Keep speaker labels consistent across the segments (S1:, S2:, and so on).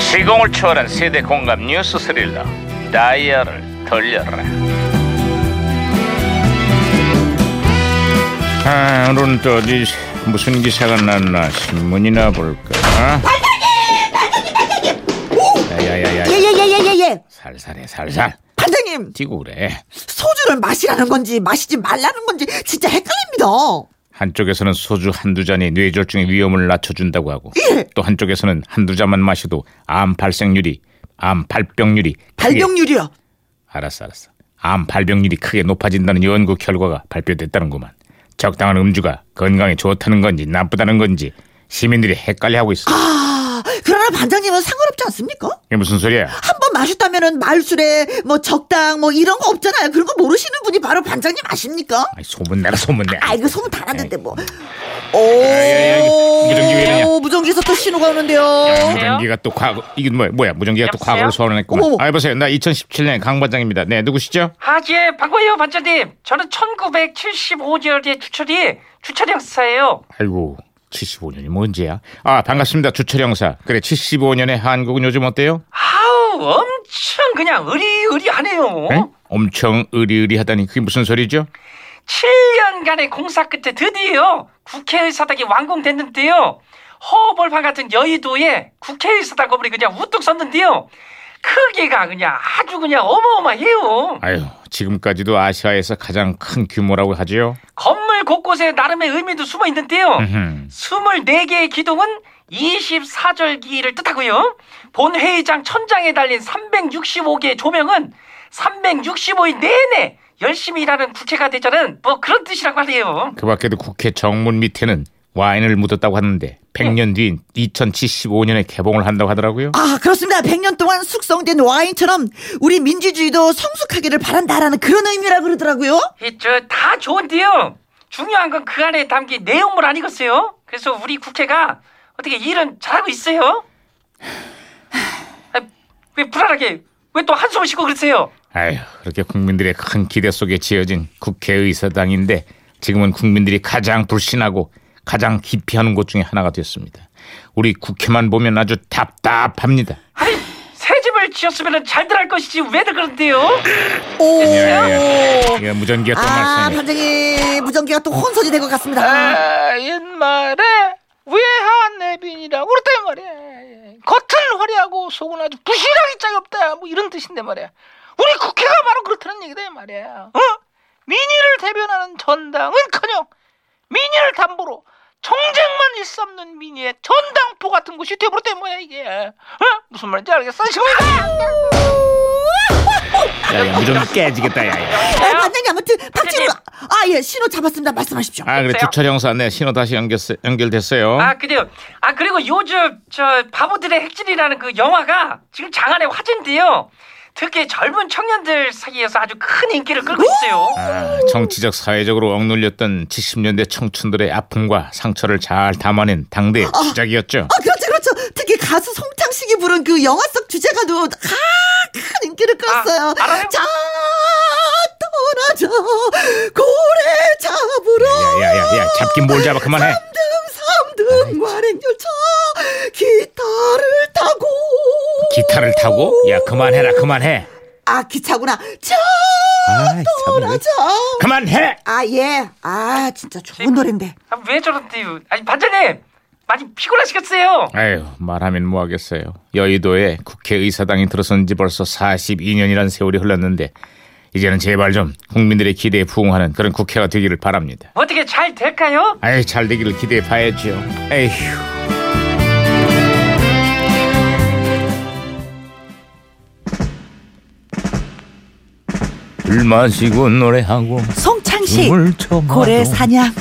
S1: 시공을 초월한 세대 공감 뉴스 스릴러 다이얼을 돌려라 아, 오늘은 또 어디 무슨 기사가 났나 신문이나 볼까 야야야야
S2: 예예예예예예
S1: 살살해 살살
S2: 반장님
S1: 뛰고 그래
S2: 소주를 마시라는 건지 마시지 말라는 건지 진짜 헷갈립니다
S1: 한쪽에서는 소주 한두 잔이 뇌졸중의 위험을 낮춰준다고 하고
S2: 예.
S1: 또 한쪽에서는 한두 잔만 마셔도 암 발생률이 암 발병률이 크게-
S2: 발병률이요
S1: 알았어 알았어 암 발병률이 크게 높아진다는 연구 결과가 발표됐다는구만 적당한 음주가 건강에 좋다는 건지 나쁘다는 건지 시민들이 헷갈려하고 있어
S2: 아 그러나 반장님은 상관없지 않습니까
S1: 이게 무슨 소리야
S2: 한 번 마셨다면은 말술에 뭐 적당 뭐 이런 거 없잖아요 그런 거 모르시는 분이 바로 반장님 아십니까
S1: 아이, 소문내라 소문내
S2: 아 이거 소문 다 났는데 뭐
S1: 아, 야,
S2: 오,
S1: 이거 예, 무전기 왜 이러냐.
S2: 오, 무전기에서 또 신호가 오는데요
S1: 무전기가 또 과거 이게 뭐야 뭐야 무전기가 또
S3: 여보세요?
S1: 과거를 소환했구만
S2: 어머.
S1: 아 여보세요 나 2017년 강 반장입니다 네 누구시죠
S3: 아, 예, 반가워요, 반장님. 저는 1975년에 주철이, 주철 형사예요.
S1: 아이고 75년이 뭔지야 아 반갑습니다 주철 형사 그래 75년의 한국은 요즘 어때요
S3: 아우, 엄청 그냥
S2: 어?
S3: 의리의리하네요.
S1: 응? 엄청 으리으리하다니 그게 무슨 소리죠
S3: 7년간의 공사 끝에 드디어 국회의사당이 완공됐는데요. 허벌판 같은 여의도에 국회의사당 건물이 그냥 우뚝 섰는데요. 크기가 그냥 아주 그냥 어마어마해요.
S1: 아유 지금까지도 아시아에서 가장 큰 규모라고 하지요
S3: 건물 곳곳에 나름의 의미도 숨어 있는데요.
S1: 음흠.
S3: 24개의 기둥은 24절기를 뜻하고요. 본회의장 천장에 달린 365개의 조명은 365일 내내 열심히 일하는 국회가 되자는 뭐 그런 뜻이라고 하네요.
S1: 그 밖에도 국회 정문 밑에는 와인을 묻었다고 하는데 100년 뒤인 2075년에 개봉을 한다고 하더라고요.
S2: 아 그렇습니다 100년 동안 숙성된 와인처럼 우리 민주주의도 성숙하기를 바란다라는 그런 의미라 그러더라고요
S3: 이저다 좋은데요. 중요한 건 그 안에 담긴 내용물 아니겠어요? 그래서 우리 국회가 어떻게 일은 잘하고 있어요? 아, 왜 불안하게 왜 또 한숨을 쉬고 그러세요?
S1: 아휴, 그렇게 국민들의 큰 기대 속에 지어진 국회의사당인데 지금은 국민들이 가장 불신하고 가장 기피하는 곳 중에 하나가 됐습니다. 우리 국회만 보면 아주 답답합니다.
S3: 아니 새 집을 지었으면 잘들 할 것이지 왜들 그런데요?
S2: 오
S1: 이거 예, 무전기가 또
S2: 아,
S1: 말썽이네.
S2: 반장님 무전기가 또 혼선이 될 것 같습니다.
S4: 아, 옛말에 외한 내빈이라고 그랬단 말이야. 겉은 화려하고 속은 아주 부실하기 짝이 없다. 뭐 이런 뜻인데 말이야. 우리 국회가 바로 그렇다는 얘기다 이 말이야. 어? 민의를 대변하는 전당은커녕 민의를 담보로 정쟁만 일삼는 민의의 전당포 같은 곳이 돼버렸단 말이야 이게. 어? 무슨 말인지 알겠어? 지금
S1: 야, 야, 무전기 깨지겠다. 야, 야.
S2: 아, 반장님 아무튼 박진우 아예 신호 잡았습니다. 말씀하십시오.
S1: 아, 그래 주철 형사, 네 신호 다시 연결 연결됐어요.
S3: 아 그래요. 아 그리고 요즘 저 바보들의 핵질이라는 그 영화가 지금 장안의 화제인데요. 특히 젊은 청년들 사이에서 아주 큰 인기를 끌고 있어요.
S1: 아, 정치적 사회적으로 억눌렸던 70년대 청춘들의 아픔과 상처를 잘 담아낸 당대의 주작이었죠.
S2: 아 그렇죠 그렇죠. 특히 가수 송창식이 부른 그 영화 속 주제가도 아큰 인기를 끌었어요.
S3: 아, 알아요?
S2: 자 떠나자 고래 잡으러
S1: 야야야야 아, 네. 잡긴 뭘 잡아 그만해.
S2: 삼등 삼등 완행열차 기타를 타고
S1: 기타를 타고 야 그만해라 그만해.
S2: 아 기차구나 자
S1: 아,
S2: 떠나자
S1: 그만해.
S2: 아예아 진짜 좋은 노래인데
S3: 아, 왜 저런데요? 아니 반장님 많이 피곤하시겠어요.
S1: 아유 말하면 뭐하겠어요. 여의도에 국회의사당이 들어선 지 벌써 42년이란 세월이 흘렀는데 이제는 제발 좀 국민들의 기대에 부응하는 그런 국회가 되기를 바랍니다.
S3: 어떻게 잘 될까요?
S1: 아유 잘 되기를 기대해 봐야죠. 에휴. 술 마시고 노래하고
S2: 송창식
S1: 물 쳐봐도
S2: 고래 사냥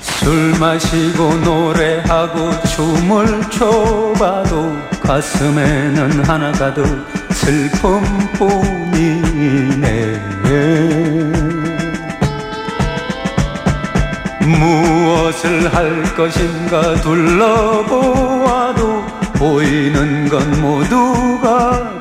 S5: 술 마시고 노래하고 춤을 춰봐도 가슴에는 하나가 둘 슬픔뿐이네 무엇을 할 것인가 둘러보아도 보이는 건 모두가